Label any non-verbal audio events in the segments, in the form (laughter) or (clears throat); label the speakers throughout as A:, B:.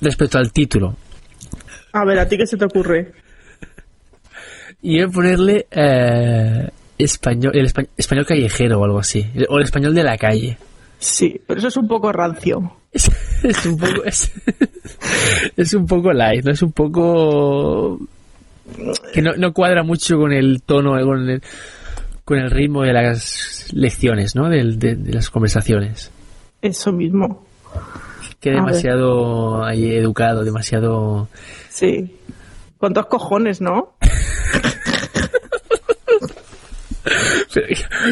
A: respecto al título.
B: A ver, ¿a ti qué se te ocurre?
A: Y voy a ponerle eh, español, el espa- español callejero o algo así. O el español de la calle. (laughs)
B: Sí, pero eso es un poco rancio.
A: Es, es un poco. Es, (laughs) es un poco light, ¿no? Es un poco. Que no, no cuadra mucho con el tono, eh, con el, con el ritmo de las lecciones, ¿no? Del- de- de las conversaciones.
B: Eso mismo.
A: Que
B: A ver.
A: demasiado ahí educado, demasiado. (laughs)
B: Sí. Con dos cojones, ¿no? (laughs)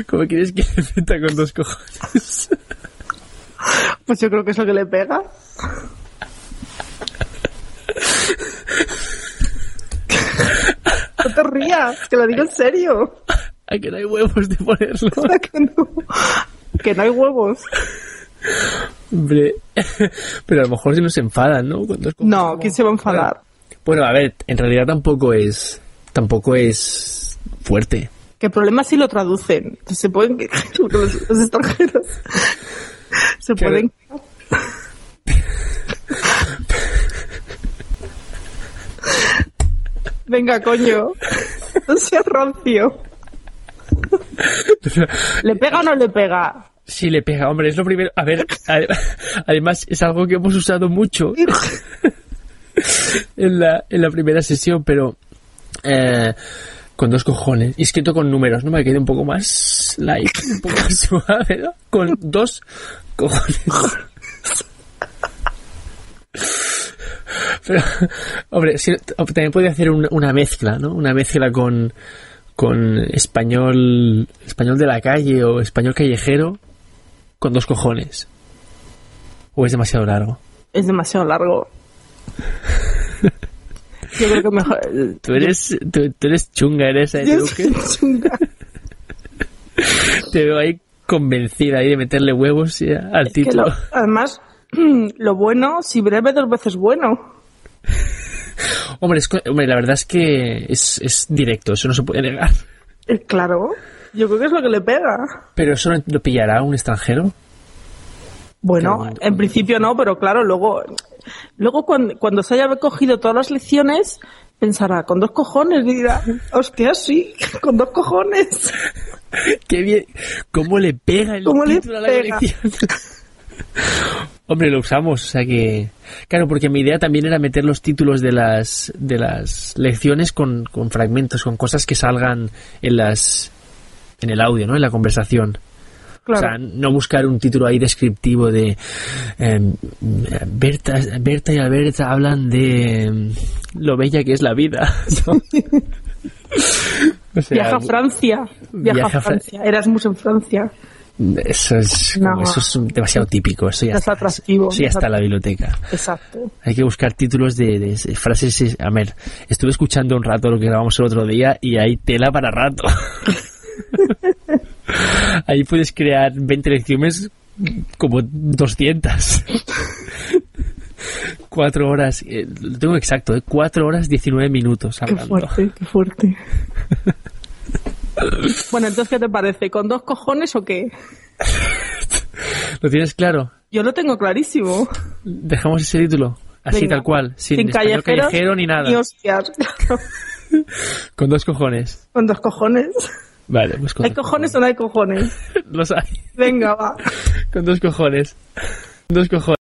A: ¿Cómo quieres que (laughs) me meta con dos cojones?
B: Pues yo creo que es lo que le pega. No te rías, que lo digo en serio. (laughs)
A: A que no hay huevos de ponerlo.
B: Que no, que no hay huevos.
A: Hombre. (laughs) Pero a lo mejor se nos enfadan, ¿no? Con dos cojones.
B: No, ¿quién se va a enfadar?
A: Bueno, a ver, en realidad tampoco es. Tampoco es fuerte.
B: Que el problema es si lo traducen. Que (laughs) Se pueden porque los, los extranjeros se
A: Que- (laughs)
B: pueden. Venga, coño. No seas rancio. ¿Le pega o no le pega?
A: Sí, le pega, hombre, es lo primero. A ver, ade- además es algo que hemos usado mucho en la, en la primera sesión, pero eh, con dos cojones. Y escrito con números, ¿no? Me quedé un poco más light, un poco más (laughs) suave, ¿no? Con dos cojones. Pero, hombre, sí, t- también puede hacer un- una mezcla, ¿no? Una mezcla con, con español, español de la calle o español callejero con dos cojones. O es demasiado largo.
B: Es demasiado largo. Yo creo que mejor. eh,
A: Tú eres, tú, tú eres chunga, eres eh, ahí,
B: Yo
A: tú
B: (laughs) soy chunga.
A: que te veo ahí convencida ahí de meterle huevos y a- al
B: Que lo-
A: título.
B: además, (clears throat) lo bueno, si breve dos veces bueno.
A: Hombre, es co- hombre, la verdad es que es, es directo, eso no se puede negar.
B: Eh, Claro, yo creo que es lo que le pega.
A: Pero eso no lo pillará un extranjero.
B: Bueno,
A: Qué
B: en principio no, pero claro, luego, luego cuan- cuando, se haya cogido todas las lecciones, pensará, con dos cojones, y dirá, hostia, sí, (laughs) con dos cojones.
A: Qué bien. ¿Cómo le pega el
B: ¿Cómo le
A: título a la
B: pega?
A: colección? (laughs) Hombre, lo usamos, o sea que. Claro, porque mi idea también era meter los títulos de las, de las lecciones con, con fragmentos, con cosas que salgan en las. en el audio, ¿no? En la conversación. O
B: Claro,
A: sea, no buscar un título ahí descriptivo de eh, Berta, Berta y Alberta hablan de eh, lo bella que es la vida. (laughs) ¿no? O sea,
B: viaja a Francia, viaja,
A: viaja a
B: a
A: Fra-
B: Francia, Erasmus en Francia.
A: Eso es, como-
B: No.
A: eso es un- demasiado típico. Eso ya
B: Es
A: está,
B: atractivo,
A: eso ya
B: es
A: está en la biblioteca.
B: Exacto.
A: Hay que buscar títulos de, de frases. A ver, estuve escuchando un rato lo que grabamos el otro día y hay tela para rato. (laughs) Ahí puedes crear 20 lecciones como 200. (laughs) Cuatro horas, eh, lo tengo exacto, eh, cuatro horas 19 minutos
B: Qué
A: hablando.
B: fuerte, qué fuerte. (laughs) bueno, entonces, ¿qué te parece? ¿Con dos cojones o qué?
A: ¿Lo tienes claro?
B: Yo lo tengo clarísimo.
A: Dejamos ese título, así
B: Venga.
A: tal cual, sin, español
B: callejeros
A: callejero ni nada,
B: Ni hostias. (laughs)
A: con dos cojones.
B: Con dos cojones.
A: Vale, pues con
B: ¿Hay cojones o no hay cojones?
A: (laughs) Los hay.
B: Venga, va.
A: Con dos cojones. Dos cojones.